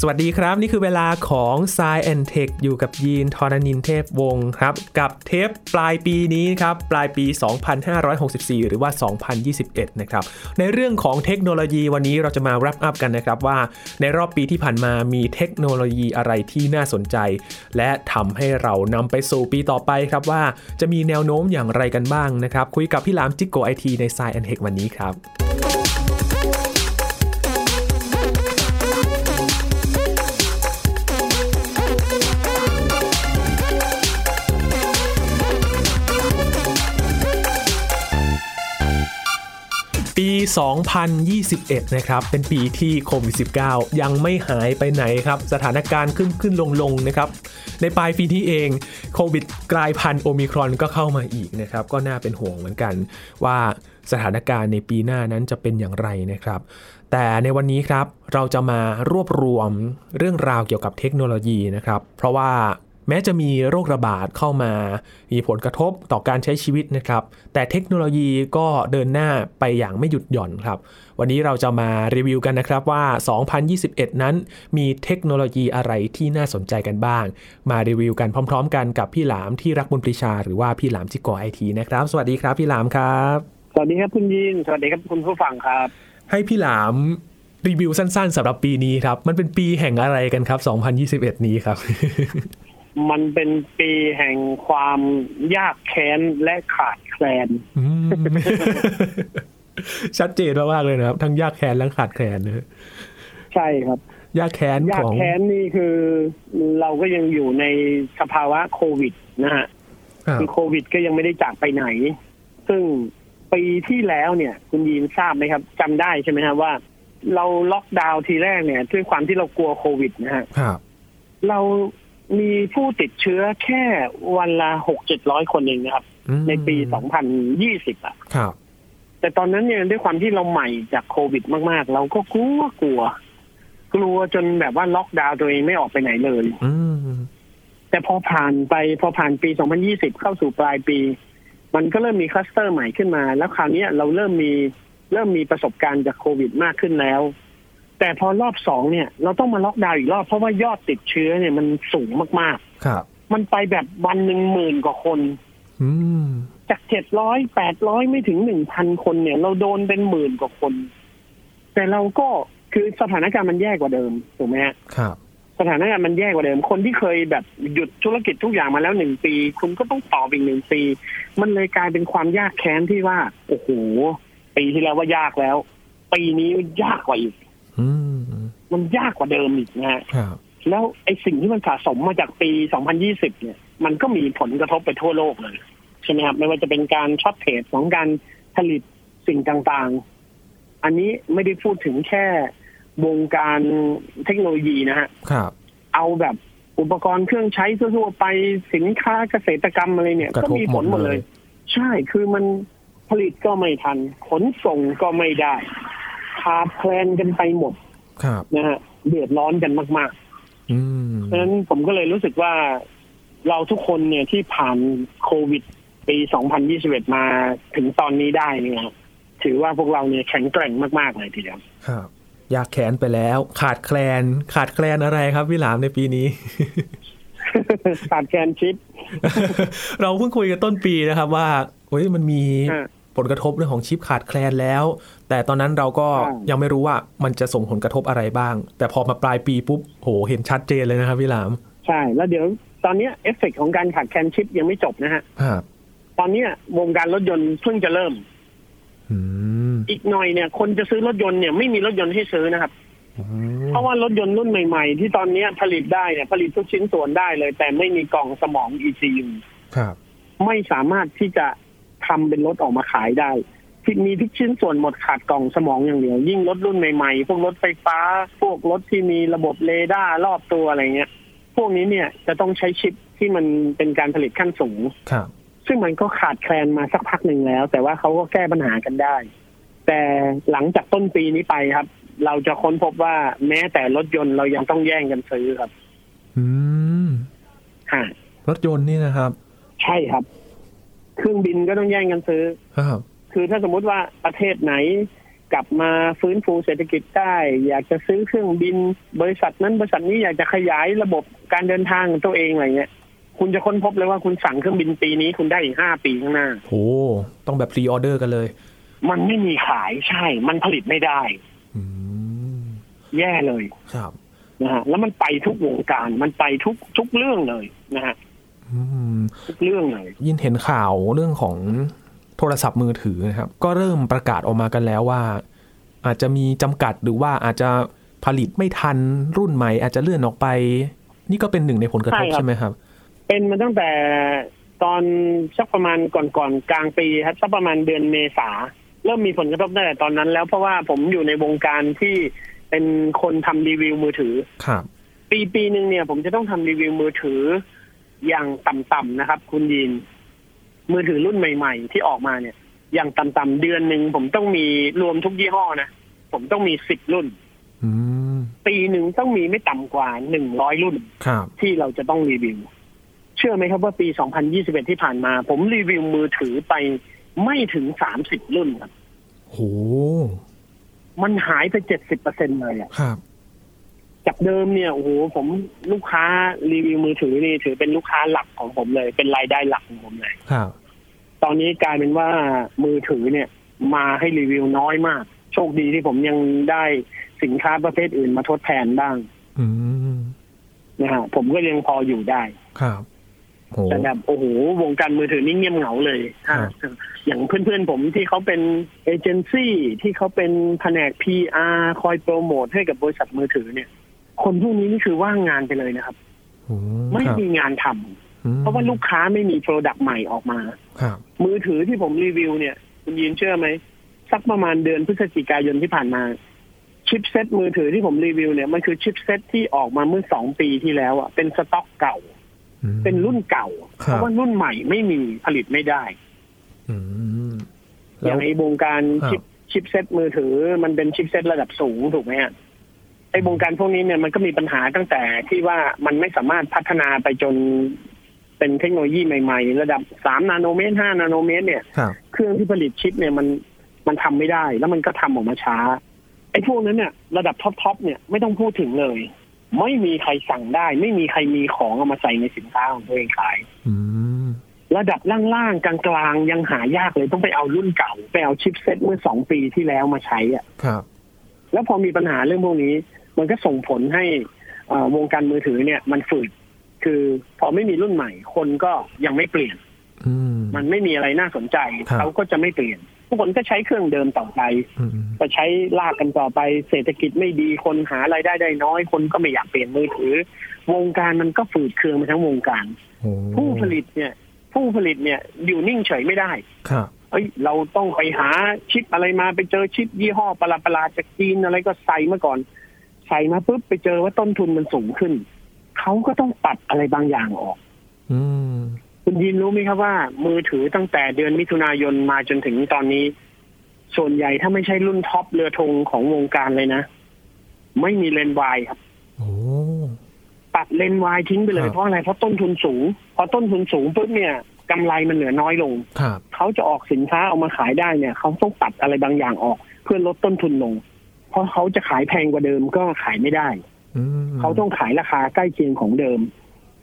สวัสดีครับ นี่คือเวลาของ s ซแอนเทคอยู่กับยีนทอนานินเทพวงศ์ครับ กับเทปปลายปีนี้ครับ ปลายปี 2564 หรือว่า 2021 นะครับ ในเรื่องของเทคโนโลยีวันนี้เราจะมา wrap up กันนะครับว่า ในรอบปีที่ผ่านมามีเทคโนโลยีอะไรที่น่าสนใจ และทำให้เรานำไปสู่ปีต่อไปครับว่าจะมีแนวโน้มอย่างไรกันบ้างนะครับ คุยกับพี่หลามจิกโกไอทีใน s ซแอนเทควันนี้ครับ ปี 2021 นะครับ เป็นปีที่โควิด -19 ยังไม่หายไปไหนครับ สถานการณ์ขึ้นขึ้นลงลงนะครับ ในปลายปีที่เองโควิดกลายพันธุ์โอมิครอนก็เข้ามาอีกนะครับ ก็น่าเป็นห่วงเหมือนกันว่าสถานการณ์ในปีหน้านั้นจะเป็นอย่างไรนะครับ แต่ในวันนี้ครับเราจะมารวบรวมเรื่องราวเกี่ยวกับเทคโนโลยีนะครับ เพราะว่า แม้จะมีโรคระบาดเข้ามา มีผลกระทบต่อการใช้ชีวิตนะครับ แต่เทคโนโลยีก็เดินหน้าไปอย่างไม่หยุดหย่อนครับ วันนี้เราจะมารีวิวกันนะครับว่า 2021 นั้นมีเทคโนโลยีอะไรที่น่าสนใจกันบ้าง มารีวิวกันพร้อม ๆ กันกับพี่หลามที่รักบุญปรีชา หรือว่าพี่หลามจิกอไอทีนะครับ สวัสดีครับพี่หลามครับ สวัสดีครับคุณยิน สวัสดีครับคุณผู้ฟังครับ ให้พี่หลามรีวิวสั้น ๆสำหรับปีนี้ครับ มันเป็นปีแห่งอะไรกันครับ 2021 นี้ครับ มันเป็นปีแห่งความยากแค้นและขาดแคลน อืม ชัดเจนมากๆเลยนะครับ ทั้งยากแค้นและขาดแคลนนะฮะ ใช่ครับ ยากแค้น ยา ข ก อง แค้นนี่คือเราก็ยังอยู่ในสภาวะโควิดนะฮะ อ่า คือโควิดก็ยังไม่ได้จากไปไหน ซึ่งปีที่แล้วเนี่ย คุณยีนทราบไหมครับจำได้ใช่ไหมครับว่า เราล็อกดาวน์ทีแรกเนี่ย ด้วยความที่เรากลัวโควิดนะฮะ ครับ เรามีผู้ติดเชื้อแค่วันละหกเจ็ดร้อยคนเองนะครับ อืม ในปี 2020อะ ครับ แต่ตอนนั้นเนี่ยด้วยความที่เราใหม่จากโควิดมาก ๆ เราก็กลัวกลัว กลัวจนแบบว่าล็อกดาวน์ตัวเองไม่ออกไปไหนเลย อืม แต่พอผ่านไปพอผ่านปี 2020 เข้าสู่ปลายปี มันก็เริ่มมีคลัสเตอร์ใหม่ขึ้นมา แล้วคราวเนี้ยเราเริ่มมีเริ่มมีประสบการณ์จากโควิดมากขึ้นแล้ว แต่พอรอบสองเนี่ย เราต้องมาล็อกดาวน์อีกรอบเพราะว่ายอดติดเชื้อเนี่ยมันสูงมาก ครับ ๆ มันไปแบบวันหนึ่งหมื่นกว่าคน อืม จากเจ็ดร้อยแปดร้อยไม่ถึงหนึ่งพันคนเนี่ย เราโดนเป็นหมื่นกว่าคน แต่เราก็คือสถานการณ์มันแย่กว่าเดิมถูกไหมฮะ ครับ สถานการณ์มันแย่กว่าเดิม คนที่เคยแบบหยุดธุรกิจทุกอย่างมาแล้วหนึ่งปี คุณก็ต้องต่ออีกหนึ่งปี มันเลยกลายเป็นความยากแค้นที่ว่าโอ้โหปีที่แล้วว่ายากแล้ว ปีนี้ยากกว่าอีก อืม มันยากกว่าเดิมอีกนะฮะ ครับ แล้วไอ้สิ่งที่มันสะสมมาจากปี 2020 เนี่ย มันก็มีผลกระทบไปทั่วโลกเลย ใช่ไหมครับ ไม่ว่าจะเป็นการช็อตเทรดของการผลิตสิ่งต่างๆ อันนี้ไม่ได้พูดถึงแค่วงการเทคโนโลยีนะฮะ ครับ เอาแบบอุปกรณ์เครื่องใช้ทั่วๆไปสินค้าเกษตรกรรมอะไรเนี่ย กระ ก็ ทบ มี ห ผม ด ลหมด เล เลย ย ใช่คือมันผลิตก็ไม่ทัน ขนส่งก็ไม่ได้ขาดแคลนกันไปหมด ครับ นะฮะเดือดร้อนกันมากๆ อืม เพราะฉะนั้นผมก็เลยรู้สึกว่าเราทุกคนเนี่ยที่ผ่านโควิดปี 2021 มาถึงตอนนี้ได้เนี่ย ถือว่าพวกเราเนี่ยแข็งแกร่งมาก ๆ เลยทีเดียว ครับ ยากแค้นไปแล้ว ขาดแคลน ขาดแคลนอะไรครับพี่หลามในปีนี้ ขาดแคลนชิป เราเพิ่งคุยกันต้นปีนะครับว่าเฮ้ยมันมี อ่า ผลกระทบเรื่องของชิปขาดแคลนแล้ว แต่ตอนนั้นเราก็ ใช่ ยังไม่รู้ว่ามันจะส่งผลกระทบอะไรบ้าง แต่พอมาปลายปีปุ๊บโหเห็นชัดเจนเลยนะครับพี่หลาม ใช่ แล้วเดี๋ยวตอนเนี้ยเอฟเฟกต์ของการขาดแคลนชิปยังไม่จบนะฮะ ครับ ตอนเนี้ยวงการรถยนต์เพิ่งจะเริ่ม อืม อีกหน่อยเนี่ยคนจะซื้อรถยนต์เนี่ยไม่มีรถยนต์ให้ซื้อนะครับ เพราะว่ารถยนต์รุ่นใหม่ ๆ ที่ตอนเนี้ยผลิตได้เนี่ยผลิตทุกชิ้นส่วนได้เลย แต่ไม่มีกล่องสมอง ECU ครับ ไม่สามารถที่จะทำเป็นรถออกมาขายได้ที่มีทุกชิ้นส่วนหมดขาดกล่องสมองอย่างเดียว ยิ่งรถรุ่นใหม่ๆ พวกรถไฟฟ้า พวกรถที่มีระบบเรดาร์รอบตัวอะไรเงี้ย พวกนี้เนี่ยจะต้องใช้ชิปที่มันเป็นการผลิตขั้นสูง ครับ ซึ่งมันก็ขาดแคลนมาสักพักหนึ่งแล้ว แต่ว่าเขาก็แก้ปัญหากันได้ แต่หลังจากต้นปีนี้ไปครับ เราจะค้นพบว่าแม้แต่รถยนต์เรายังต้องแย่งกันซื้อครับ อืม ฮะ รถยนต์นี่นะครับ ใช่ครับ เครื่องบินก็ต้องแย่งกันซื้อ ครับ คือถ้าสมมุติว่าประเทศไหน กลับมาฟื้นฟูเศรษฐกิจได้ อยากจะซื้อเครื่องบิน บริษัทนั้นบริษัทนี้อยากจะขยายระบบการเดินทางของตัวเองอะไรเงี้ยคุณจะค้นพบเลยว่าคุณสั่งเครื่องบินปีนี้คุณได้อีกห้าปีข้างหน้า โหต้องแบบพรีออเดอร์กันเลย มันไม่มีขายใช่ มันผลิตไม่ได้ อืม แย่เลย ครับ นะฮะแล้วมันไปทุกวงการมันไปทุกทุกเรื่องเลยนะฮะ อืม ทุกเรื่องเลย ยินเห็นข่าวเรื่องของโทรศัพท์มือถือนะครับ ก็เริ่มประกาศออกมากันแล้วว่า อาจจะมีจำกัดหรือว่าอาจจะผลิตไม่ทันรุ่นใหม่ อาจจะเลื่อนออกไป นี่ก็เป็นหนึ่งในผลกระทบ ใช่ครับ ใช่ไหมครับ เป็นมาตั้งแต่ตอนสักประมาณก่อนๆกลางปีครับสักประมาณเดือนเมษาเริ่มมีผลกระทบตั้งแต่ตอนนั้น แล้วเพราะว่าผมอยู่ในวงการที่เป็นคนทำรีวิวมือถือ ครับ ปีปีหนึ่งเนี่ย ผมจะต้องทำรีวิวมือถืออย่างต่ำๆนะครับ คุณยีนมือถือรุ่นใหม่ ๆ ที่ออกมาเนี่ย อย่างต่ำๆเดือนหนึ่งผมต้องมีรวมทุกยี่ห้อนะผมต้องมีสิบรุ่น อืม ปีหนึ่งต้องมีไม่ต่ำกว่าหนึ่งร้อยรุ่น ครับ ที่เราจะต้องรีวิว เชื่อไหมครับว่าปี 2021 ที่ผ่านมา ผมรีวิวมือถือไปไม่ถึง 30 รุ่นครับ โห มันหายไป 70เปอร์เซ็นเลยอะ ครับ จากเดิมเนี่ยโอ้โหผมลูกค้ารีวิวมือถือนี่ถือเป็นลูกค้าหลักของผมเลย เป็นรายได้หลักของผมเลย ครับ ตอนนี้กลายเป็นว่ามือถือเนี่ย มาให้รีวิวน้อยมาก โชคดีที่ผมยังได้สินค้าประเภทอื่นมาทดแทนบ้าง อืม นะฮะผมก็ยังพออยู่ได้ ครับโห แต่แบบโอ้โห วงการมือถือนี่เงียบเหงาเลย ครับ อ่ะอย่างเพื่อนๆผมที่เขาเป็นเอเจนซี่ที่เขาเป็นแผนก PR คอยโปรโมทให้กับบริษัทมือถือเนี่ย คนพวกนี้นี่คือว่างงานไปเลยนะครับ โอ้ ไม่ ครับ มีงานทำ อืม เพราะว่าลูกค้าไม่มีโปรดักต์ใหม่ออกมา ครับ มือถือที่ผมรีวิวเนี่ย คุณยินเชื่อไหม สักประมาณเดือนพฤศจิกายนที่ผ่านมา ชิปเซ็ตมือถือที่ผมรีวิวเนี่ยมันคือชิปเซ็ตที่ออกมาเมื่อสองปีที่แล้วอ่ะเป็นสต็อกเก่า อืม เป็นรุ่นเก่า ค เพ รับ ราะว่ารุ่นใหม่ไม่มีผลิตไม่ได้ อืม อ แล้ ย่าว งไอ้วงการ ครับ ชิปชิปเซ็ตมือถือ มันเป็นชิปเซ็ตระดับสูงถูกไหมฮะไอ้วงการพวกนี้เนี่ยมันก็มีปัญหาตั้งแต่ที่ว่ามันไม่สามารถพัฒนาไปจนเป็นเทคโนโลยีใหม่ๆ ระดับสามนาโนเมตรห้านาโนเมตรเนี่ย ครับ เครื่องที่ผลิตชิปเนี่ยมันมันทำไม่ได้ แล้วมันก็ทำออกมาช้า ไอ้พวกนั้นเนี่ย ระดับท็อปๆเนี่ยไม่ต้องพูดถึงเลย ไม่มีใครสั่งได้ ไม่มีใครมีของเอามาใส่ในสินค้าของตัวเองขาย อืม ระดับล่างๆกลางๆ ยังหายากเลยต้องไปเอารุ่นเก่า ไปเอาชิปเซ็ตเมื่อสองปีที่แล้วมาใช้อะ ครับ แล้วพอมีปัญหาเรื่องพวกนี้ มันก็ส่งผลให้เอ่อวงการมือถือเนี่ย มันฝืดคือพอไม่มีรุ่นใหม่ คนก็ยังไม่เปลี่ยน อืม มันไม่มีอะไรน่าสนใจ ครับ เขาก็จะไม่เปลี่ยนทุกคนก็ใช้เครื่องเดิมต่อไป อืม ก็ใช้ลากกันต่อไปเศรษฐกิจไม่ดีคนหารายได้ได้น้อย คนก็ไม่อยากเปลี่ยนมือถือ วงการมันก็ฝืดเคืองไปทั้งวงการ โอ้ ผู้ผลิตเนี่ย ผู้ผลิตเนี่ยอยู่นิ่งเฉยไม่ได้ ครับ เอ้ยเราต้องไปหาชิปอะไรมาไปเจอชิปยี่ห้อประหลาดๆจากจีนอะไรก็ใส่มาก่อน ใส่มาปุ๊บไปเจอว่าต้นทุนมันสูงขึ้น เขาก็ต้องตัดอะไรบางอย่างออก อืม คุณยินรู้ไหมครับว่า มือถือตั้งแต่เดือนมิถุนายนมาจนถึงตอนนี้ ส่วนใหญ่ถ้าไม่ใช่รุ่นท็อปเรือธงของวงการเลยนะ ไม่มีเลนส์วายครับ โอ้ ตัดเลนส์วายทิ้งไปเล ค ย รับ เพราะอะไรเพราะต้นทุนสูง พอต้นทุนสูงปุ๊บเนี่ยกำไรมันเหลือน้อยลง ครับ เขาจะออกสินค้าเอามาขายได้เนี่ย เขาต้องตัดอะไรบางอย่างออก เพื่อลดต้นทุนลง เพราะเขาจะขายแพงกว่าเดิมก็ขายไม่ได้ อืม เขาต้องขายราคาใกล้เคียงของเดิม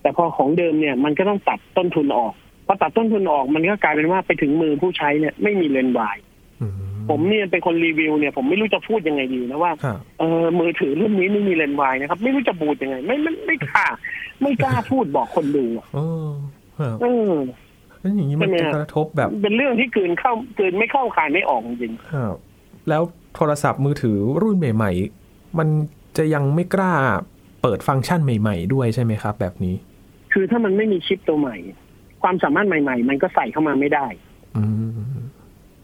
แต่พอของเดิมเนี่ยมันก็ต้องตัดต้นทุนออกพอตัดต้นทุนออกมันก็กลายเป็นว่าไปถึงมือผู้ใช้เนี่ยไม่มีเลนส์วาย อื ผมเนี่ยเป็นคนรีวิวเนี่ยผมไม่รู้จะพูดยังไงดีนะว่า ครับ เออมือถือรุ่นนี้ไม่มีเลนส์วายนะครับ ไม่รู้จะบูดยังไง ไม่ไม่ไม่กล้าไม่กล้าพูดบอกคนดูอะ โอ้ครับ เออ แล้วอย่างนี้มัน ใช่ไหม จะ ฮะ กระทบแบบ เป็นเรื่องที่กลืนเข้ากลืนไม่เข้าคายไม่ออกจริง ครับ แล้วโทรศัพท์มือถือรุ่นใหม่ ๆ มันจะยังไม่กล้าเปิดฟังก์ชันใหม่ ๆ ด้วยใช่ไหมครับ แบบนี้ คือถ้ามันไม่มีชิปตัวใหม่ ความสามารถใหม่ ๆ มันก็ใส่เข้ามาไม่ได้ อืม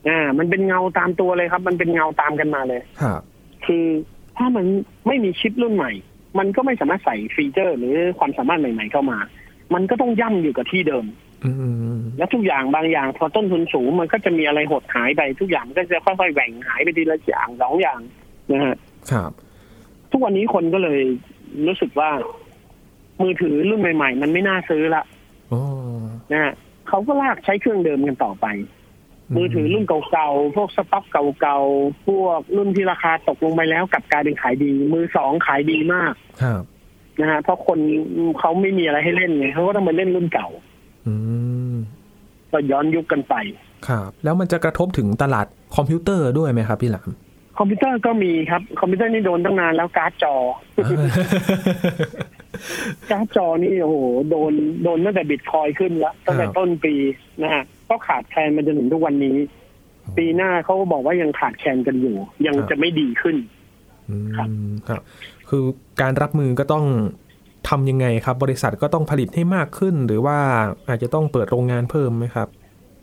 อ่ามันเป็นเงาตามตัวเลยครับ มันเป็นเงาตามกันมาเลย ครับ คือถ้ามันไม่มีชิปรุ่นใหม่ มันก็ไม่สามารถใส่ฟีเจอร์ หรือความสามารถใหม่ ๆ เข้ามา มันก็ต้องย่ำอยู่กับที่เดิม อืม และทุกอย่างบางอย่างพอต้นทุนสูงมันก็จะมีอะไรหดหายไปทุกอย่างก็จะค่อยๆแหว่งหายไปทีละอย่างสองอย่างนะฮะ ครับ ทุกวันนี้คนก็เลยรู้สึกว่า มือถือรุ่นใหม่ ๆ มันไม่น่าซื้อละ โอ้ นะฮะเขาก็ลากใช้เครื่องเดิมกันต่อไป มือถือรุ่นเก่าๆ พวกสต็อกเก่าๆ พวกรุ่นที่ราคาตกลงไปแล้วกลับกลายเป็นขายดี มือสองขายดีมาก ครับ นะฮะเพราะคนเขาไม่มีอะไรให้เล่นไงเขาก็ต้องมาเล่นรุ่นเก่า อืม ก็ย้อนยุคกันไป ครับ แล้วมันจะกระทบถึงตลาดคอมพิวเตอร์ด้วยไหมครับพี่หลาม คอมพิวเตอร์ก็มีครับ คอมพิวเตอร์นี่โดนตั้งนานแล้วการ์ดจอ การ์ดจอนี่โอ้โหโดนโดนตั้งแต่บิตคอยน์ขึ้นละตั้งแต่ ครับ ต้นปีนะฮะก็ขาดแคลนมาจนถึงทุกวันนี้ ปีหน้าเขาก็บอกว่ายังขาดแคลนกันอยู่ ยังจะไม่ดีขึ้น อืม ครับ ครับ คือการรับมือก็ต้องทำยังไงครับ บริษัทก็ต้องผลิตให้มากขึ้น หรือว่าอาจจะต้องเปิดโรงงานเพิ่มไหมครับ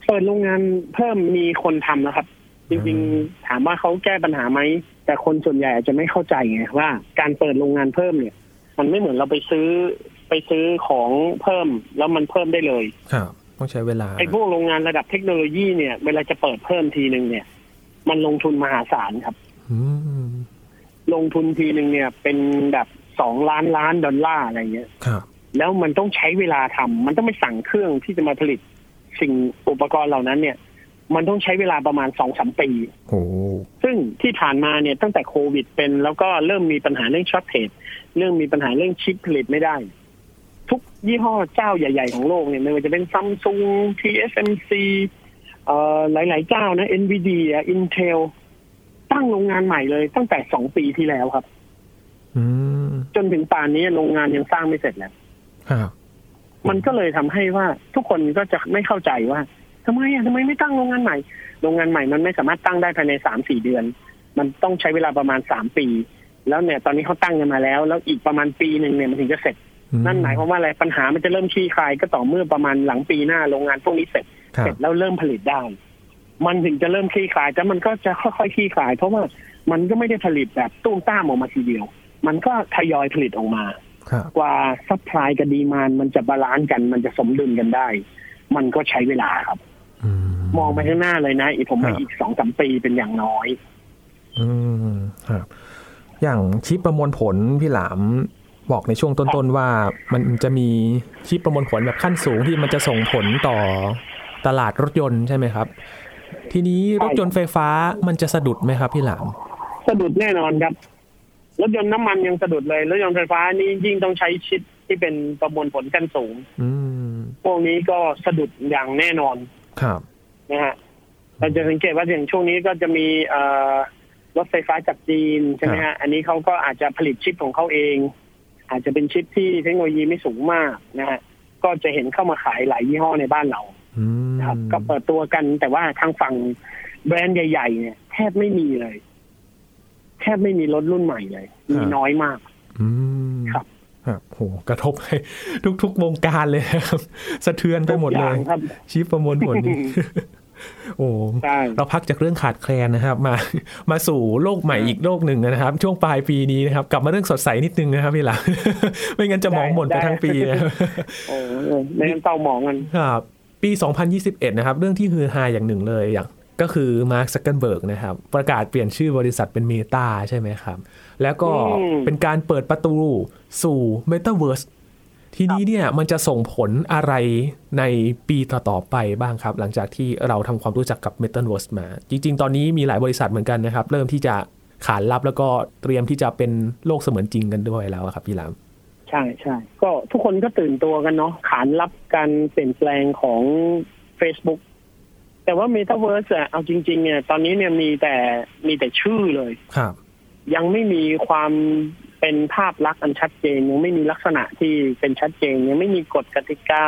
เปิดโรงงานเพิ่มมีคนทำนะครับ จริง อืม ๆถามว่าเขาแก้ปัญหาไหม แต่คนส่วนใหญ่อาจจะไม่เข้าใจไงว่าการเปิดโรงงานเพิ่มเนี่ย มันไม่เหมือนเราไปซื้อไปซื้อของเพิ่มแล้วมันเพิ่มได้เลย ครับต้องใช้เวลา ไอ้พวกโรงงานระดับเทคโนโลยีเนี่ยเวลาจะเปิดเพิ่มทีหนึ่งเนี่ย มันลงทุนมหาศาลครับ อืม ลงทุนทีหนึ่งเนี่ยเป็นแบบสองล้านล้านดอลลาร์อะไรเงี้ย ครับ แล้วมันต้องใช้เวลาทำ มันต้องไปสั่งเครื่องที่จะมาผลิตสิ่งอุปกรณ์เหล่านั้นเนี่ย มันต้องใช้เวลาประมาณสองสามปี โห ซึ่งที่ผ่านมาเนี่ยตั้งแต่โควิดเป็น แล้วก็เริ่มมีปัญหาเรื่องช็อตเทรดเรื่องมีปัญหาเรื่องชิปผลิตไม่ได้ ทุกยี่ห้อเจ้าใหญ่ ๆ ของโลกเนี่ยไม่ว่าจะเป็นซัมซุง TSMC เอ่อหลาย ๆ เจ้านะ NVIDIA Intel ตั้งโรงงานใหม่เลยตั้งแต่สองปีที่แล้วครับ อืม จนถึงป่านนี้โรงงานยังสร้างไม่เสร็จแล้ว ครับ มันก็เลยทำให้ว่าทุกคนก็จะไม่เข้าใจว่าทำไมอ่ะทำไมไม่ตั้งโรงงานใหม่ โรงงานใหม่มันไม่สามารถตั้งได้ภายในสามสี่เดือน มันต้องใช้เวลาประมาณสามปี แล้วเนี่ย ตอนนี้เขาตั้งกันมาแล้ว แล้วอีกประมาณปีหนึ่งเนี่ยมันถึงจะเสร็จ อื นั่นหมายความว่าอะไรปัญหามันจะเริ่มคลี่คลายก็ต่อเมื่อประมาณหลังปีหน้าโรงงานพวกนี้เสร็จ ครั เสร็ บ จแล้วเริ่มผลิตได้ มันถึงจะเริ่มคลี่คลาย แต่มันก็จะค่อยๆคลี่คลาย เพราะว่ามันก็ไม่ได้ผลิตแบบตุ้มต้ามออกมาทีเดียว มันก็ทยอยผลิตออกมา ครับ กว่าซัพพลายกับดีมานมันจะบาลานซ์กัน มันจะสมดุลกันได้ มันก็ใช้เวลาครับ อืม มองไปข้างหน้าเลยนะอีกผมว่า ครับ อีกสองสามปีเป็นอย่างน้อย อืมครับ อย่างชิปประมวลผลพี่หลาม บอกในช่วงต้นๆว่ามันจะมีชิปประมวลผลแบบขั้นสูงที่มันจะส่งผลต่อตลาดรถยนต์ใช่ไหมครับ ทีนี้รถยนต์ไฟฟ้ามันจะสะดุดไหมครับพี่หลาม สะดุดแน่นอนครับ รถยนต์น้ำมันยังสะดุดเลย รถยนต์ไฟฟ้านี่ยิ่งต้องใช้ชิปที่เป็นประมวลผลกันสูง อืม พวกนี้ก็สะดุดอย่างแน่นอน ครับ นะฮะเราจะสังเกตว่าอย่างช่วงนี้ก็จะมีเอ่อรถไฟฟ้าจากจีนใช่ไหมฮะ อันนี้เขาก็อาจจะผลิตชิปของเขาเอง อาจจะเป็นชิปที่เทคโนโลยีไม่สูงมากนะฮะ ก็จะเห็นเข้ามาขายหลายยี่ห้อในบ้านเรา อืม นะครับ ก็เปิดตัวกันแต่ว่าทางฝั่งแบรนด์ใหญ่ ๆ เนี่ยแทบไม่มีเลย แทบไม่มีรถรุ่นใหม่เลย มีน้อยมาก อืม ครับ ครับโหกระทบให้ทุกๆวงการเลยนะครับ สะเทือนไปหมดเลย ทุกอางครับ ชิปประมวลผล นี่ โอ้ ใช่ เราพักจากเรื่องขาดแคลนนะครับ มา มาสู่โลกใหม่อีกโลกหนึ่งนะครับ ช่วงปลายปีนี้นะครับ กลับมาเรื่องสดใสนิดนึงนะครับ พี่หลาม ไม่งั้นจะหมองหม่นไปทั้งปีนะครับ โอ้โหในนั้นเตาหมองกัน ครับปี 2021 นะครับ เรื่องที่ฮือฮาอย่างหนึ่งเลยอย่างก็คือมาร์คซักเก b นเบิร์กนะครับ ประกาศเปลี่ยนชื่อบริษัทเป็นเมตาใช่ไหมครับ แล้วก็ อืม เป็นการเปิดประตูสู่เมตาเวิร์สทีนี้เนี่ยมันจะส่งผลอะไรในปีต่อ ๆ ไปบ้างครับ หลังจากที่เราทำความรู้จักกับเมตาเวิร์สมา จริง ๆ ตอนนี้มีหลายบริษัทเหมือนกันนะครับ เริ่มที่จะขานรับแล้วก็เตรียมที่จะเป็นโลกเสมือนจริงกันด้วยแล้วอะครับพี่หลาม ใช่ใช่ก็ทุกคนก็ตื่นตัวกันเนาะขานรับการเปลี่ยนแปลงของ Facebook แต่ว่า Metaverse อะเอาจริงๆเนี่ยตอนนี้เนี่ยมีแต่มีแต่ชื่อเลย ครับ ยังไม่มีความเป็นภาพลักษณ์อันชัดเจน ยังไม่มีลักษณะที่เป็นชัดเจน ยังไม่มีกฎกติกา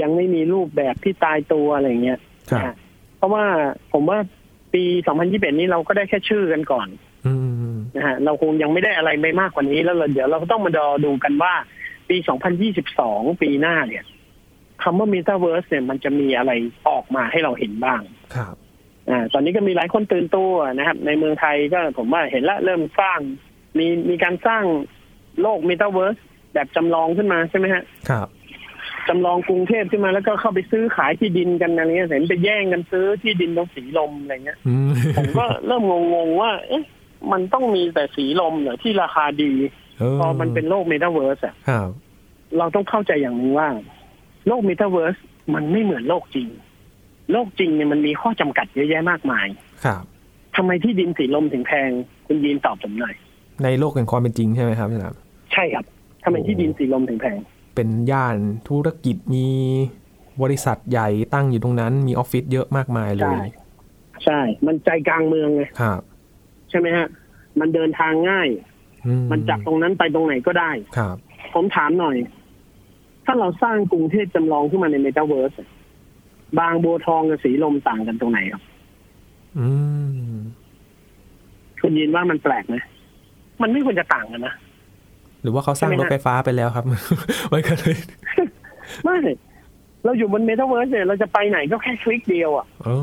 ยังไม่มีรูปแบบที่ตายตัวอะไรเงี้ย ครับ นะฮะเพราะว่าผมว่าปี 2021 นี้เราก็ได้แค่ชื่อกันก่อน อืม นะฮะเราคงยังไม่ได้อะไรไปมากกว่านี้แล้วเราเดี๋ยวเราก็ต้องมาดอดูกันว่า ปี 2022 ปีหน้าเนี่ยคำว่า Metaverse เนี่ยมันจะมีอะไรออกมาให้เราเห็นบ้าง ครับ อ่าตอนนี้ก็มีหลายคนตื่นตัวนะครับ ในเมืองไทยก็ผมว่าเห็นละเริ่มสร้าง มีมีการสร้างโลก Metaverse แบบจำลองขึ้นมาใช่ไหมฮะ ครับ จำลองกรุงเทพขึ้นมาแล้วก็เข้าไปซื้อขายที่ดินกันอะไรเงี้ยเห็นไปแย่งกันซื้อที่ดินตรงสีลมอะไรเงี้ย อืม ผมก็เริ่มงงๆว่า เอ๊ะ มันต้องมีแต่สีลมเหรอที่ราคาดี พอมันเป็นโลกเมตาเวิร์สอะ ครับ เราต้องเข้าใจอย่างหนึงว่า โลกเมตาเวิร์สมันไม่เหมือนโลกจริง โลกจริงเนี่ยมันมีข้อจำกัดเยอะแยะมากมาย ครับ ทำไมที่ดินสีลมถึงแพงคุณยีนตอบผมหน่อย ในโลกแห่งความเป็นจริงใช่ไหมครับพี่หลาม ใช่ครับทำไมที่ดินสีลมถึงแพง เป็นย่านธุรกิจมีบริษัทใหญ่ตั้งอยู่ตรงนั้น มีออฟฟิศเยอะมากมายเล ใช่ ย ใช่ มันใจกลางเมืองไง ครับ ใช่ไหมฮะ มันเดินทางง่าย อื มันจากตรงนั้นไปตรงไหนก็ได้ ครับ ผมถามหน่อย ถ้าเราสร้างกรุงเทพจำลองขึ้นมาในเมตาเวิร์ส บางบัวทองกับสีลมต่างกันตรงไหนครับ อืม คุณยินว่ามันแปลกไหมมันไม่ควรจะต่างกันนะ หรือว่าเขาสร้าง ใช่ไหม ร ฮะ ถไฟฟ้าไปแล้วครับ มันก็เลย ไม่เราอยู่บนเมตาเวิร์สเนี่ยเราจะไปไหนก็แค่คลิกเดียวอ่ะ อ๋อ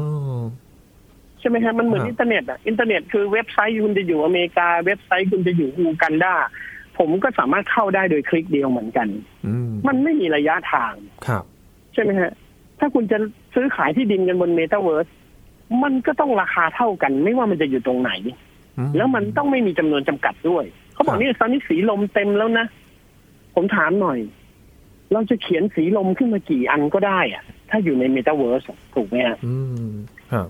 ใช่ไหมฮะมันเหมือน ครับ อินเทอร์เน็ตอ่ะอินเทอร์เน็ตคือเว็บไซต์คุณจะอยู่อเมริกา เว็บไซต์คุณจะอยู่อูกันดาผมก็สามารถเข้าได้โดยคลิกเดียวเหมือนกัน อืม มันไม่มีระยะทาง ครับ ใช่ไหมฮะ ถ้าคุณจะซื้อขายที่ดินกันบนเมตาเวิร์ส มันก็ต้องราคาเท่ากัน ไม่ว่ามันจะอยู่ตรงไหน อื แล้วมันต้องไม่มีจำนวนจำกัดด้วย เขาบอกเนี่ยตอนนี้สีลมเต็มแล้วนะ ผมถามหน่อย เราจะเขียนสีลมขึ้นมากี่อันก็ได้อะถ้าอยู่ในเมตาเวิร์สถูกไหมฮะ อืมครับ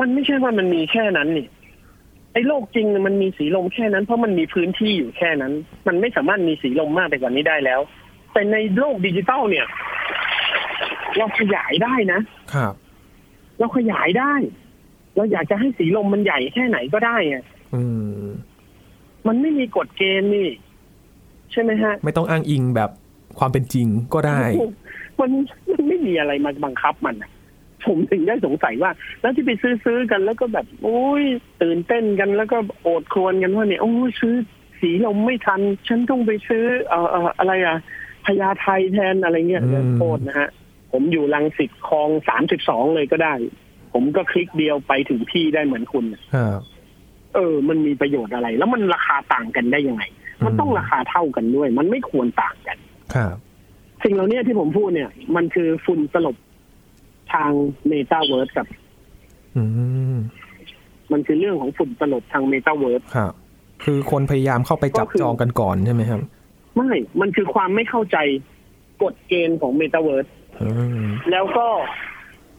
มันไม่ใช่ว่ามันมีแค่นั้นนี่ ไอ้โลกจริงเนี่ยมันมีสีลมแค่นั้น เพราะมันมีพื้นที่อยู่แค่นั้น มันไม่สามารถมีสีลมมากไปกว่านี้ได้แล้ว แต่ในโลกดิจิตัลเนี่ย เราขยายได้นะ ครับ เราขยายได้ เราอยากจะให้สีลมมันใหญ่แค่ไหนก็ได้อะ อืม มันไม่มีกฎเกณฑ์นี่ ใช่ไหมฮะ ไม่ต้องอ้างอิงแบบความเป็นจริงก็ได้ มันมันไม่มีอะไรมาบังคับมันอะผมถึงได้สงสัยว่า แล้วที่ไปซื้อซื้อกันแล้วก็แบบโอ้ยตื่นเต้นกันแล้วก็โอดครวญกันว่าเนี่ยโอ้ยซื้อสีลมไม่ทัน ฉันต้องไปซื้อ เอ่อเอ่ออะไรอะพญาไทแทนอะไรเงี้ย อืม โทษนะฮะ ผมอยู่ลังสิตคลองสามสิบสองเลยก็ได้ ผมก็คลิกเดียวไปถึงที่ได้เหมือนคุณ ครับ เออ มันมีประโยชน์อะไร แล้วมันราคาต่างกันได้ยังไง มัน อืม ต้องราคาเท่ากันด้วย มันไม่ควรต่างกัน ครับ สิ่งเหล่านี้ที่ผมพูดเนี่ย มันคือฝุ่นตลบทางเมตาเวิร์สกับ อืม มันคือเรื่องของฝุ่นตลบทางเมตาเวิร์ส ครับ คือคนพยายามเข้าไปจับ ก็คือ จองกันก่อนใช่ไหมครับ ไม่ มันคือความไม่เข้าใจกฎเกณฑ์ของเมตาเวิร์ส อืม แล้วก็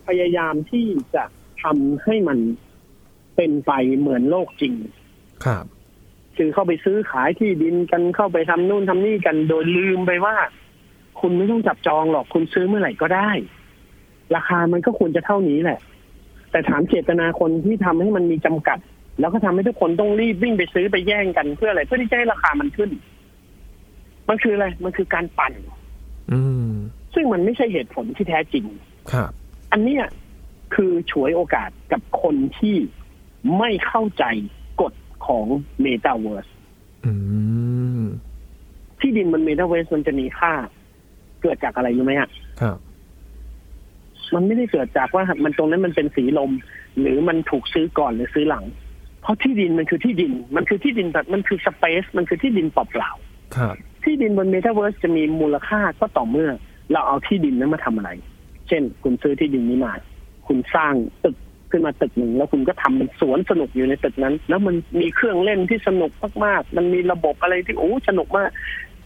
พยายามที่จะทำให้มันเป็นไปเหมือนโลกจริง ครับ คือเข้าไปซื้อขายที่ดินกันเข้าไปทำนู่นทำนี่กันโดยลืมไปว่า คุณไม่ต้องจับจองหรอกคุณซื้อเมื่อไหร่ก็ได้ ราคามันก็ควรจะเท่านี้แหละ แต่ถามเจตนาคนที่ทำให้มันมีจำกัด แล้วก็ทำให้ทุกคนต้องรีบวิ่งไปซื้อไปแย่งกันเพื่ออะไรเพื่อที่จะให้ราคามันขึ้น มันคืออะไรมันคือการปั่น อืม ซึ่งมันไม่ใช่เหตุผลที่แท้จริง ครับ อันเนี้ยคือฉวยโอกาสกับคนที่ไม่เข้าใจกฎของเมตาเวิร์ อืม ที่ดินมันเมตาเวสมันจะมีค่า เกิดจากอะไรรู้ไหมฮะ ครับ มันไม่ได้เกิดจากว่ามันตรงนั้นมันเป็นสีลม หรือมันถูกซื้อก่อนหรือซื้อหลัง เพราะที่ดินมันคือที่ดิน มันคือที่ดินแบบมันคือสเปซมันคือที่ดินเปล่า ครับ ๆที่ดินบนเมตาเวิร์สจะมีมูลค่าก็ต่อเมื่อ เราเอาที่ดินนั้นมาทำอะไร เช่น คุณซื้อที่ดินนี้มา คุณสร้างตึกขึ้นมาตึกหนึ่งแล้วคุณก็ทำเป็นสวนสนุกอยู่ในตึกนั้น แล้วมันมีเครื่องเล่นที่สนุกมากๆ มันมีระบบอะไรที่โอ้สนุกมาก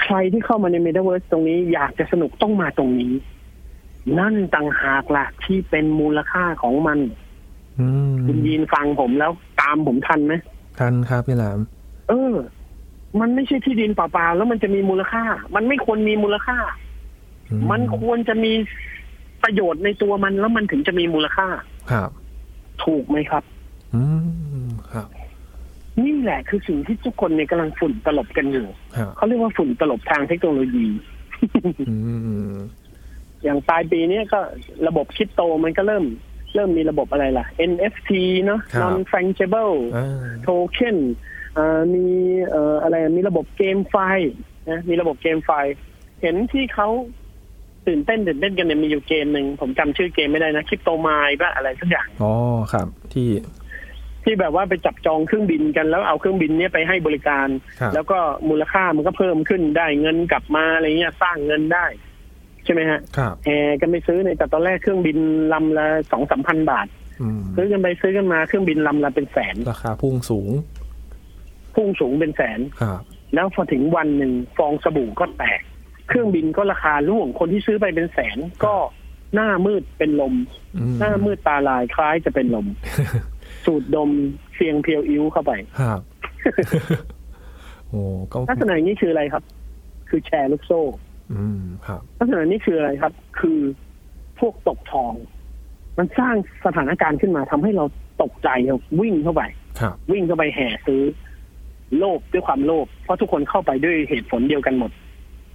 ใครที่เข้ามาในเมตาเวิร์สตรงนี้อยากจะสนุกต้องมาตรงนี้ นั่นต่างหากล่ะที่เป็นมูลค่าของมัน อืม คุณยีนฟังผมแล้วตามผมทันไหม ทันครับพี่หลาม เออ มันไม่ใช่ที่ดินเปล่าๆแล้วมันจะมีมูลค่า มันไม่ควรมีมูลค่า อื มันควรจะมีประโยชน์ในตัวมันแล้วมันถึงจะมีมูลค่า ครับ ถูกไหมครับ อืมครับ นี่แหละคือสิ่งที่ทุกคนเนี่ยกำลังฝุ่นตลบกันอยู่ ครับ เขาเรียกว่าฝุ่นตลบทางเทคโนโลยี อืม อย่างปลายปีเนี้ก็ระบบคริปโตมันก็เริ่ม เริ่มมีระบบอะไรล่ะ NFT เนอะ non fungible อ่า โทเค็นเอ่อมีเอ่ออะไรมีระบบเกมไฟล์นะมีระบบเกมไฟล์เห็นที่เขาตื่นเต้นตื่นเต้นกันเนี่ยมีอยู่เกมหนึ่งผมจำชื่อเกมไม่ได้นะคริปโตมายปะอะไรสักอย่าง อ๋อครับ ที่ ที่แบบว่าไปจับจองเครื่องบินกันแล้วเอาเครื่องบินเนี่ยไปให้บริการ ครับ แล้วก็มูลค่ามันก็เพิ่มขึ้นได้เงินกลับมาอะไรเงี้ยสร้างเงินได้ ใช่ไหมฮะ ครับ แอร์กันไปซื้อในยแต่ตอนแรกเครื่องบินลำละสองสามพันบาท อืม ซื้อกันไปซื้อกันมาเครื่องบินลำละเป็นแสน ราคาพุ่งสูง พุ่งสูงเป็นแสน ครับ แล้วพอถึงวันหนึ่งฟองสบู่ก็แตก เครื่องบินก็ราคาร่วงคนที่ซื้อไปเป็นแสนก็ หน้ามืดเป็นลม อื หน้ามืดตาลายคล้ายจะเป็นลม สูดดมเสียงเพียวอิ้วเข้าไป ครับโอ้ก็ ลักษณะอย่างนี้คืออะไรครับ คือแชร์ลูกโซ่ อืมครับ ลักษณะนี้คืออะไรครับ คือพวกตกทอง มันสร้างสถานการณ์ขึ้นมาทำให้เราตกใจครับวิ่งเข้าไป ครับ วิ่งเข้าไปแห่ซื้อ โลภด้วยความโลภเพราะทุกคนเข้าไปด้วยเหตุผลเดียวกันหมด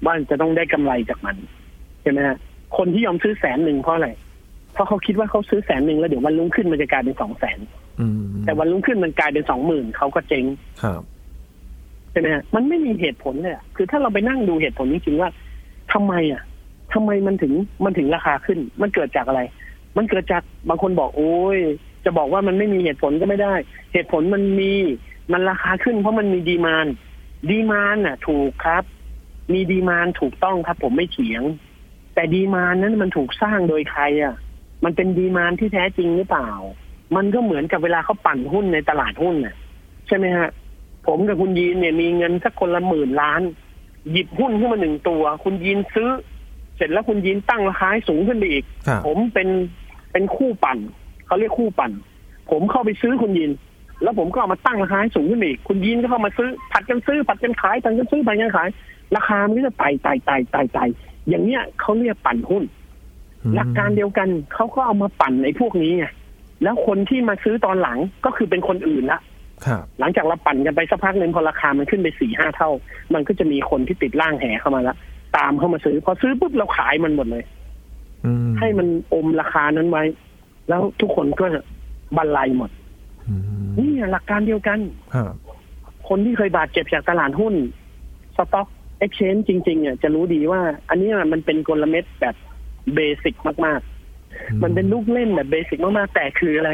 ว่าจะต้องได้กำไรจากมันใช่ไหมฮะคนที่ยอมซื้อแสนหนึ่งเพราะอะไรเพราะเขาคิดว่าเขาซื้อแสนหนึ่งแล้วเดี๋ยววันรุ่งขึ้นมันจะกลายเป็นสองแสน อืม แต่วันรุ่งขึ้นมันกลายเป็นสองหมื่นเขาก็เจ๊ง ครับ ใช่ไหมฮะมันไม่มีเหตุผลเลยอะคือถ้าเราไปนั่งดูเหตุผลจริงๆว่าทำไมอ่ะทำไมมันถึงมันถึงราคาขึ้น มันเกิดจากอะไร มันเกิดจากบางคนบอกโอ้ย จะบอกว่ามันไม่มีเหตุผลก็ไม่ได้ เหตุผลมันมี มันราคาขึ้นเพราะมันมีดีมานดีมานน่ะ ถูกครับ มีดีมานถูกต้องครับ ผมไม่เถียง แต่ดีมานนั้นมันถูกสร้างโดยใครอ่ะ มันเป็นดีมานที่แท้จริงหรือเปล่า มันก็เหมือนกับเวลาเขาปั่นหุ้นในตลาดหุ้นน่ะ ใช่ไหมฮะ ผมกับคุณยีนเนี่ยมีเงินสักคนละหมื่นล้าน หยิบหุ้นขึ้นมาหนึ่งตัว คุณยีนซื้อ เสร็จแล้วคุณยีนตั้งราคาให้สูงขึ้นไปอีก ครับ ผมเป็นเป็นคู่ปั่นเขาเรียกคู่ปั่น ผมเข้าไปซื้อคุณยีนแล้วผมก็เอามาตั้งราคาให้สูงขึ้นไปอีก คุณยีนก็เข้ามาซื้อผัดกันซื้อผัดกันขายผัดกันซื้อผัดกันขาย ราคามันก็จะไต่ไต่ไต่ไต่ไต่อย่างเนี้ยเขาเรียกปั่นหุ้น อืม หลักการเดียวกันเขาก็เอามาปั่นไอ้พวกนี้ไงแล้วคนที่มาซื้อตอนหลังก็คือเป็นคนอื่นละ ครับ หลังจากเราปั่นกันไปสักพักหนึ่งพอราคามันขึ้นไปสี่ห้าเท่า มันก็จะมีคนที่ติดล่างแห่เข้ามาละตามเข้ามาซื้อ พอซื้อปุ๊บเราขายมันหมดเลย อืม ให้มันอมราคานั้นไว้ แล้วทุกคนก็บรรลัยหมด อืม นี่หลักการเดียวกัน ครับ คนที่เคยบาดเจ็บจากตลาดหุ้นสต็อกเอ็กชแนนจริงๆเนี่ยจะรู้ดีว่า อันนี้มันเป็นกลเม็ดแบบเบสิกมาก ๆ มันเป็นลูกเล่นแบบเบสิกมาก ๆ แต่คืออะไร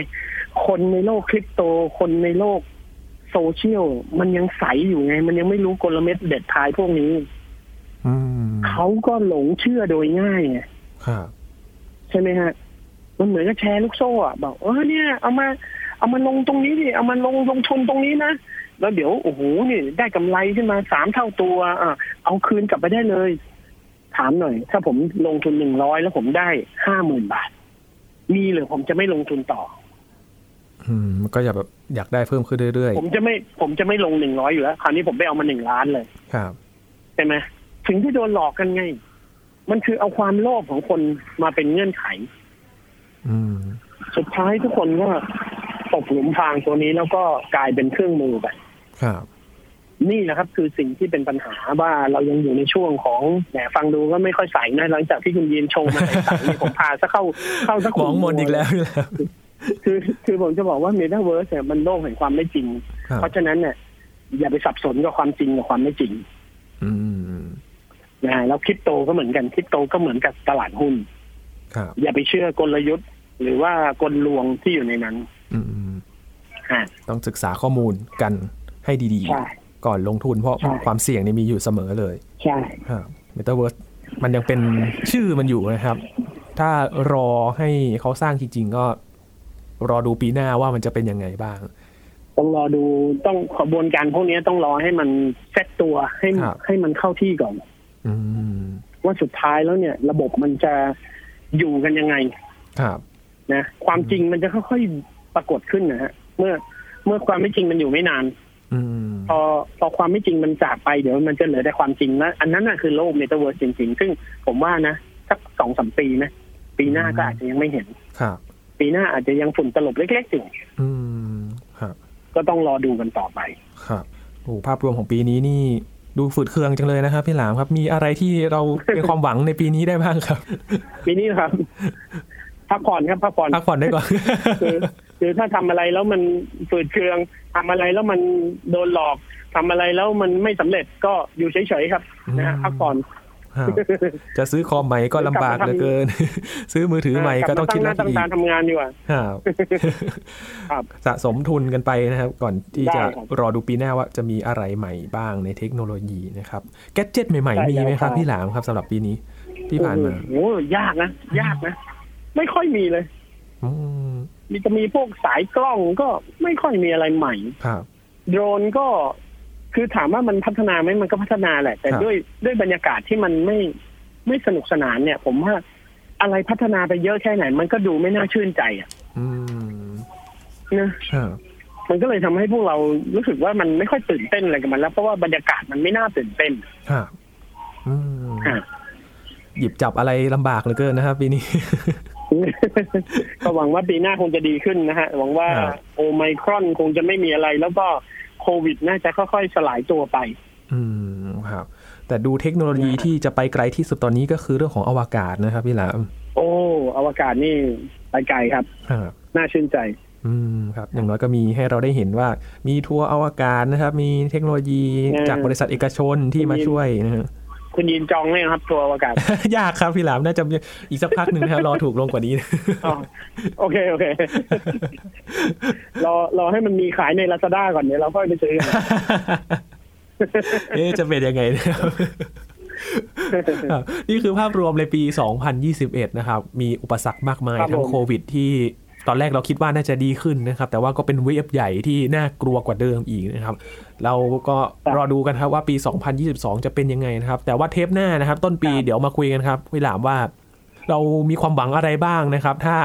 คนในโลกคริปโต คนในโลกโซเชียล มันยังใสอยู่ไง มันยังไม่รู้กลเม็ดเด็ดท้ายพวกนี้ อืม เขาก็หลงเชื่อโดยง่ายไง ครับ ใช่ไหมฮะ มันเหมือนกับแชร์ลูกโซ่อะบอกเออเนี่ย เอามา เอามาลงตรงนี้ดิ เอามาลงลงทุนตรงนี้นะ แล้วเดี๋ยวโอ้โหนี่ได้กำไรขึ้นมาสามเท่าตัวอ่ะเอาคืนกลับไปได้เลย ถามหน่อย ถ้าผมลงทุนหนึ่งร้อยแล้วผมได้ห้าหมื่นบาท มีหรือผมจะไม่ลงทุนต่อ อืมมันก็อยากแบบอยากได้เพิ่มขึ้นเรื่อย ผมจะไม่ผมจะไม่ลงหนึ่งร้อยอยู่แล้ว คราวนี้ผมไปเอามาหนึ่งล้านเลย ๆ ครับ ใช่ไหมถึงที่โดนหลอกกันไง มันคือเอาความโลภของคนมาเป็นเงื่อนไข อืม สุดท้ายทุกคนก็ตกหลุมพรางตัวนี้แล้วก็กลายเป็นเครื่องมือไป ครับ นี่แหละครับ คือสิ่งที่เป็นปัญหาว่าเรายังอยู่ในช่วงของแหมฟังดูก็ไม่ค่อยใสนะหลังจากที่คุณยีนชงมาใส่ๆเนี่ยผมพาซะเข้าเข้าสัก หมองมนอีกแล้ว อีกแล้ว คือ คือผมจะบอกว่าเมตาเวิร์สเนี่ยมันโลกแห่งความไม่จริง ครับ เพราะฉะนั้นเนี่ยอย่าไปสับสนกับความจริงกับความไม่จริง อืม นะฮะแล้วคริปโตก็เหมือนกันคริปโตก็เหมือนกับตลาดหุ้น ครับ อย่าไปเชื่อกลยุทธ์ หรือว่ากลลวงที่อยู่ในนั้น อืม ฮะ ต้องศึกษาข้อมูลกันให้ดี ใช่ ๆ ก่อนลงทุนเพราะ ใช่ ความเสี่ยงเนี่ยมีอยู่เสมอเลย ใช่ ครับเมตาเวิร์สมันยังเป็นชื่อมันอยู่นะครับ ถ้ารอให้เขาสร้างจริง ๆ ก็ รอดูปีหน้าว่ามันจะเป็นยังไงบ้าง ต้องรอดูต้องขบวนการพวกนี้ต้องรอให้มันเซตตัวให้ ครับ ให้มันเข้าที่ก่อน อืม ว่าสุดท้ายแล้วเนี่ย ระบบมันจะอยู่กันยังไง ครับ นะความจริงมันจะค่อยๆปรากฏขึ้นนะฮะเมื่อเมื่อความไม่จริงมันอยู่ไม่นาน อืม พอพอความไม่จริงมันจากไปเดี๋ยวมันจะเหลือแต่ความจริงนะอันนั้นน่ะคือโลกเมตาเวิร์สจริงๆ ซึ่งผมว่านะสักสองสามปีนะปีหน้าก็อาจจะยังไม่เห็น ครับ ปีหน้าอาจจะยังฝุ่นตลบเล็กๆอยู่ อืมครับ ก็ต้องรอดูกันต่อไป ครับโอ้ภาพรวมของปีนี้นี่ดูฝืดเคืองจังเลยนะครับพี่หลามครับ มีอะไรที่เราเป็นความหวังในปีนี้ได้บ้างครับ ปีนี้นะครับพักผ่อนครับพักผ่อน พักผ่อนได้ ก่อน คือคือถ้าทำอะไรแล้วมันฝืดเคืองทำอะไรแล้วมันโดนหลอกทำอะไรแล้วมันไม่สำเร็จก็อยู่เฉยๆครับนะฮะ อืม พักผ่อน ครับจะซื้อคอมใหม่ก็ลำบากเหลือเกิน ซื้อมือถือใหม่ก็ต้องคิด กลั แล้วบมาตั้ง อี หน้าตั้งตาก ทำงานดีกว่า ครับ ครับ สะสมทุนกันไปนะครับ ก่อนที่จะ ได้ครับ รอดูปีหน้าว่าจะมีอะไรใหม่บ้างในเทคโนโลยีนะครับ แกดเจิตใหม่ๆ มีไหมครับพี่หลามครับสำหรับปีนี้ที่ผ่านมา โอ้โหยากนะยากนะ ไม่ค่อยมีเลย อืม มีจะมีพวกสายกล้องก็ไม่ค่อยมีอะไรใหม่ ครับ โดรนก็คือถามว่ามันพัฒนาไหมมันก็พัฒนาแหละ แต่ด้วยด้วยบรรยากาศที่มันไม่ไม่สนุกสนานเนี่ย ผมว่า อะไรพัฒนาไปเยอะแค่ไหน มันก็ดูไม่น่าชื่นใจอ่ะ อืม นะ ฮะ มันก็เลยทำให้พวกเรารู้สึกว่ามันไม่ค่อยตื่นเต้นอะไรกับมันแล้วเพราะว่าบรรยากาศมันไม่น่าตื่นเต้น ฮะอืม อ่ะ หยิบจับอะไรลำบากเหลือเกินนะครับปีนี้ ก็หวังว่าปีหน้าคงจะดีขึ้นนะฮะ หวังว่า ครับ โอไมครอนคงจะไม่มีอะไร แล้วก็โควิดน่าจะค่อยๆสลายตัวไป อืมครับ แต่ดูเทคโนโลยีที่จะไปไกลที่สุดตอนนี้ก็คือเรื่องของอวกาศนะครับพี่หลาม โอ้อวกาศนี่ไปไกลครับ ครับ น่าชื่นใจ อืมครับ อย่างน้อยก็มีให้เราได้เห็นว่า มีทัวร์อวกาศนะครับ มีเทคโนโลยี เออ จากบริษัทเอกชนที่มาช่วยนะ ฮะ คุณยินจองไหมครับ ทัวร์อว กาศ ยากครับพี่หลามน่าจะมีอีกสักพักหนึ่งนะครับรอ ถูกลงกว่านี้ อ๋อโอเค โอเค รอรอให้มันมีขายใน l a ซาด้าก่อนเดี๋ยวเราค่อยไป ซื้อกัน เอ๊ะจะเป็นยังไงนะครับ ครับนี่คือภาพรวมในปี 2021 นะครับ มีอุปสรรคมากมายทั้งโควิดที่ตอนแรกเราคิดว่าน่าจะดีขึ้นนะครับ แต่ว่าก็เป็นเวฟใหญ่ที่น่ากลัวกว่าเดิมอีกนะครับ เราก็รอดูกันครับว่าปี 2022 จะเป็นยังไงนะครับ แต่ว่าเทปหน้านะครับ ต้นปีเดี๋ยวมาคุยกันครับพี่หลามว่า เรามีความหวังอะไรบ้างนะครับ ถ้า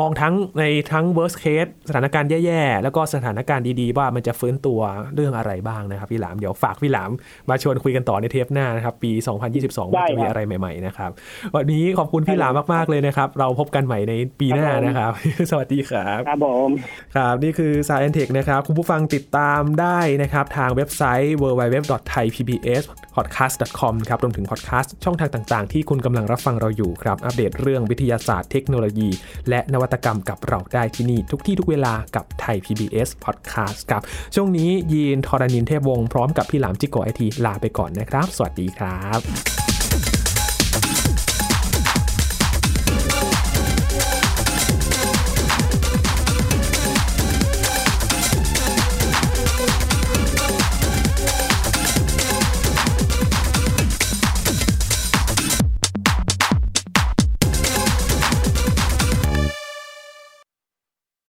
มองทั้งในทั้ง worst case สถานการณ์แย่ๆ แล้วก็สถานการณ์ดีๆ ว่ามันจะฟื้นตัวเรื่องอะไรบ้างนะครับพี่หลาม เดี๋ยวฝากพี่หลามมาชวนคุยกันต่อในเทปหน้านะครับ ปี 2022 ว่าจะมีอะไรใหม่ๆนะครับ วันนี้ขอบคุณพี่หลามมากๆเลยนะครับ เราพบกันใหม่ในปีหน้านะครับ สวัสดีครับ ครับผม ครับ นี่คือ s ายแอนเทคนะครับ คุณผู้ฟังติดตามได้นะครับ ทางเว็บไซต์ www.thaipbspodcast.com ครับรวมถึงพอดแคสต์ช่องทางต่างๆ ที่คุณกำลังรับฟังเราอยู่ครับ อัปเดตเรื่องวิทยาศาสตร์เทคโนโลยี และนวัตกรรมกับเราได้ที่นี่ ทุกที่ทุกเวลากับไทย PBS Podcast ครับ ช่วงนี้ยีนทอรานินเทพวงศ์พร้อมกับพี่หลามจิโกไอทีลาไปก่อนนะครับ สวัสดีครับ